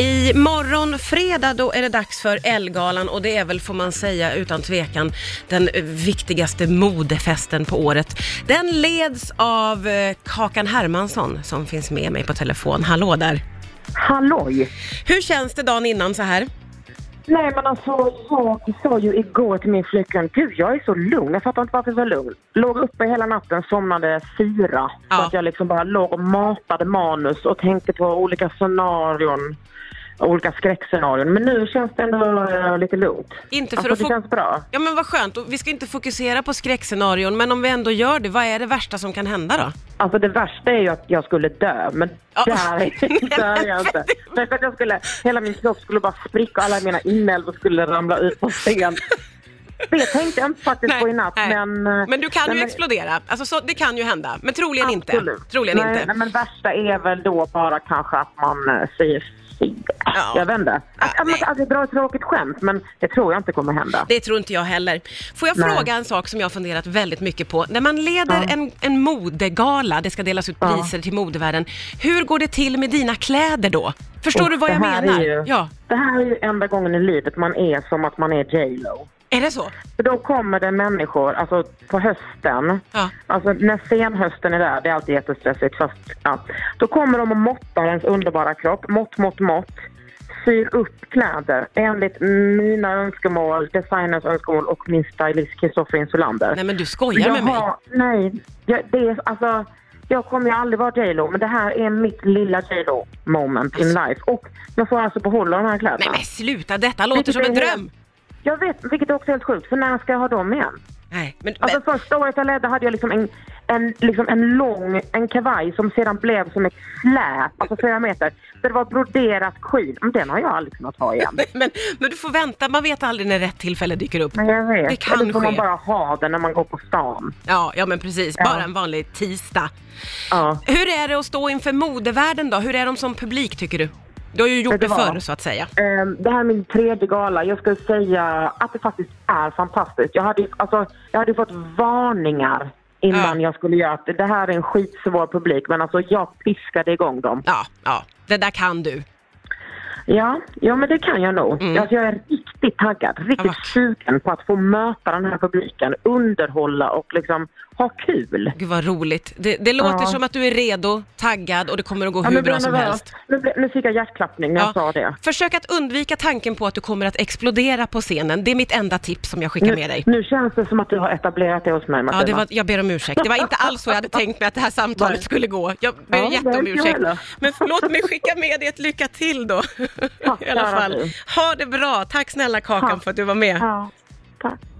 I morgon fredag då är det dags för Ellegalan och det är väl får man säga utan tvekan den viktigaste modefesten på året. Den leds av eh, Kakan Hermansson som finns med mig på telefon. Hallå där! Halloj! Hur känns det dagen innan så här? Nej men alltså jag sa ju igår till min flickvän, gud jag är så lugn, jag fattar inte varför jag är så lugn. Låg uppe hela natten, somnade fyra. Ja. Så att jag liksom bara låg och matade manus och tänkte på olika scenarion. Olika skräckscenarion. Men nu känns det ändå eh, lite lugnt. Inte för alltså, att det få- känns bra. Ja men vad skönt, Och vi ska inte fokusera på skräckscenarion men om vi ändå gör det, vad är det värsta som kan hända då? Alltså det värsta är ju att jag skulle dö, men Ja. där, där är jag inte. Därför att jag skulle, hela min kropp skulle bara spricka och alla mina inälvor skulle ramla ut på scen. Det tänkte jag inte faktiskt på i natt, men... eh, Men du kan nej, ju men- explodera, alltså, så, det kan ju hända, men troligen inte. Absolut. Troligen nej, inte. Nej, men värsta är väl då bara kanske att man eh, säger fel. Ja. Jag vet inte. Att, Ja, att, man- att jag drar ett tråkigt skämt, men det tror jag inte kommer hända. Det tror inte jag heller. Får jag Nej. fråga en sak som jag har funderat väldigt mycket på? När man leder Ja. en, en modegala, det ska delas ut Ja. priser till modevärlden, hur går det till med dina kläder då? Förstår Och du vad jag det här menar? Är ju, Ja. Det här är ju enda gången i livet man är som att man är J Lo. Är det så? För då kommer det människor, alltså på hösten, Ja. alltså när senhösten är där, det är alltid jättestressigt, fast ja. Då kommer de och måttar ens underbara kropp, mått, mått, mått. Syr upp kläder enligt mina önskemål, designers önskemål och min stylist Kristoffer Insulander. Nej men du skojar med mig. har, nej, jag, det är alltså, jag kommer ju aldrig vara J Lo, men det här är mitt lilla J Lo moment in life. Och jag får alltså behålla de här kläderna. Alltså- Nej men sluta, detta låter Vilket som en är helt- dröm. Jag vet, vilket också är helt sjukt, för när ska jag ha dem igen? Nej, men, Alltså men, första året jag ledde hade jag liksom en, en, liksom en lång en kavaj som sedan blev som ett släp, alltså flera meter. Där det var broderat skinn. Men den har jag aldrig kunnat ha igen. men, men du får vänta, man vet aldrig när rätt tillfälle dyker upp. Men jag vet. Det kan Eller får man ske. bara ha den när man går på stan. Ja, ja men precis, Ja. bara en vanlig tisdag. Ja. Hur är det att stå inför modevärlden då? Hur är de som publik tycker du? Du har ju gjort Vet det du vad? förr så att säga. Ehm, Det här är min tredje gala. Jag skulle säga att det faktiskt är fantastiskt. Jag hade, ju- alltså, jag hade ju fått varningar innan Ja. jag skulle göra att det här är en skitsvår publik. Men alltså jag piskade igång dem. Ja, ja, det där kan du. Ja, ja men det kan jag nog. Mm. Alltså, jag är riktigt taggad, Ja, riktigt vad- sugen på att få möta den här publiken, underhålla och liksom ha kul. Gud vad roligt. Det, det låter som att du är redo, taggad och det kommer att gå Ja, hur nu blir bra jag som nervös. helst. Nu, blev- nu fick jag hjärtklappning när Ja. jag sa det. Försök att undvika tanken på att du kommer att explodera på scenen. Det är mitt enda tips som jag skickar med dig. Nu, nu känns det som att du har etablerat det hos mig Ja, Martina. det var, jag ber om ursäkt. Det var inte alls så jag hade tänkt mig att det här samtalet Nej. skulle gå. Jag ber Ja, jätte om nej, inte jag ursäkt. heller. Men låt mig skicka med dig ett lycka till då. Tack, I alla kära fall. du. Ha det bra. Tack snälla Kakan Tack. för att du var med. Ja, tack.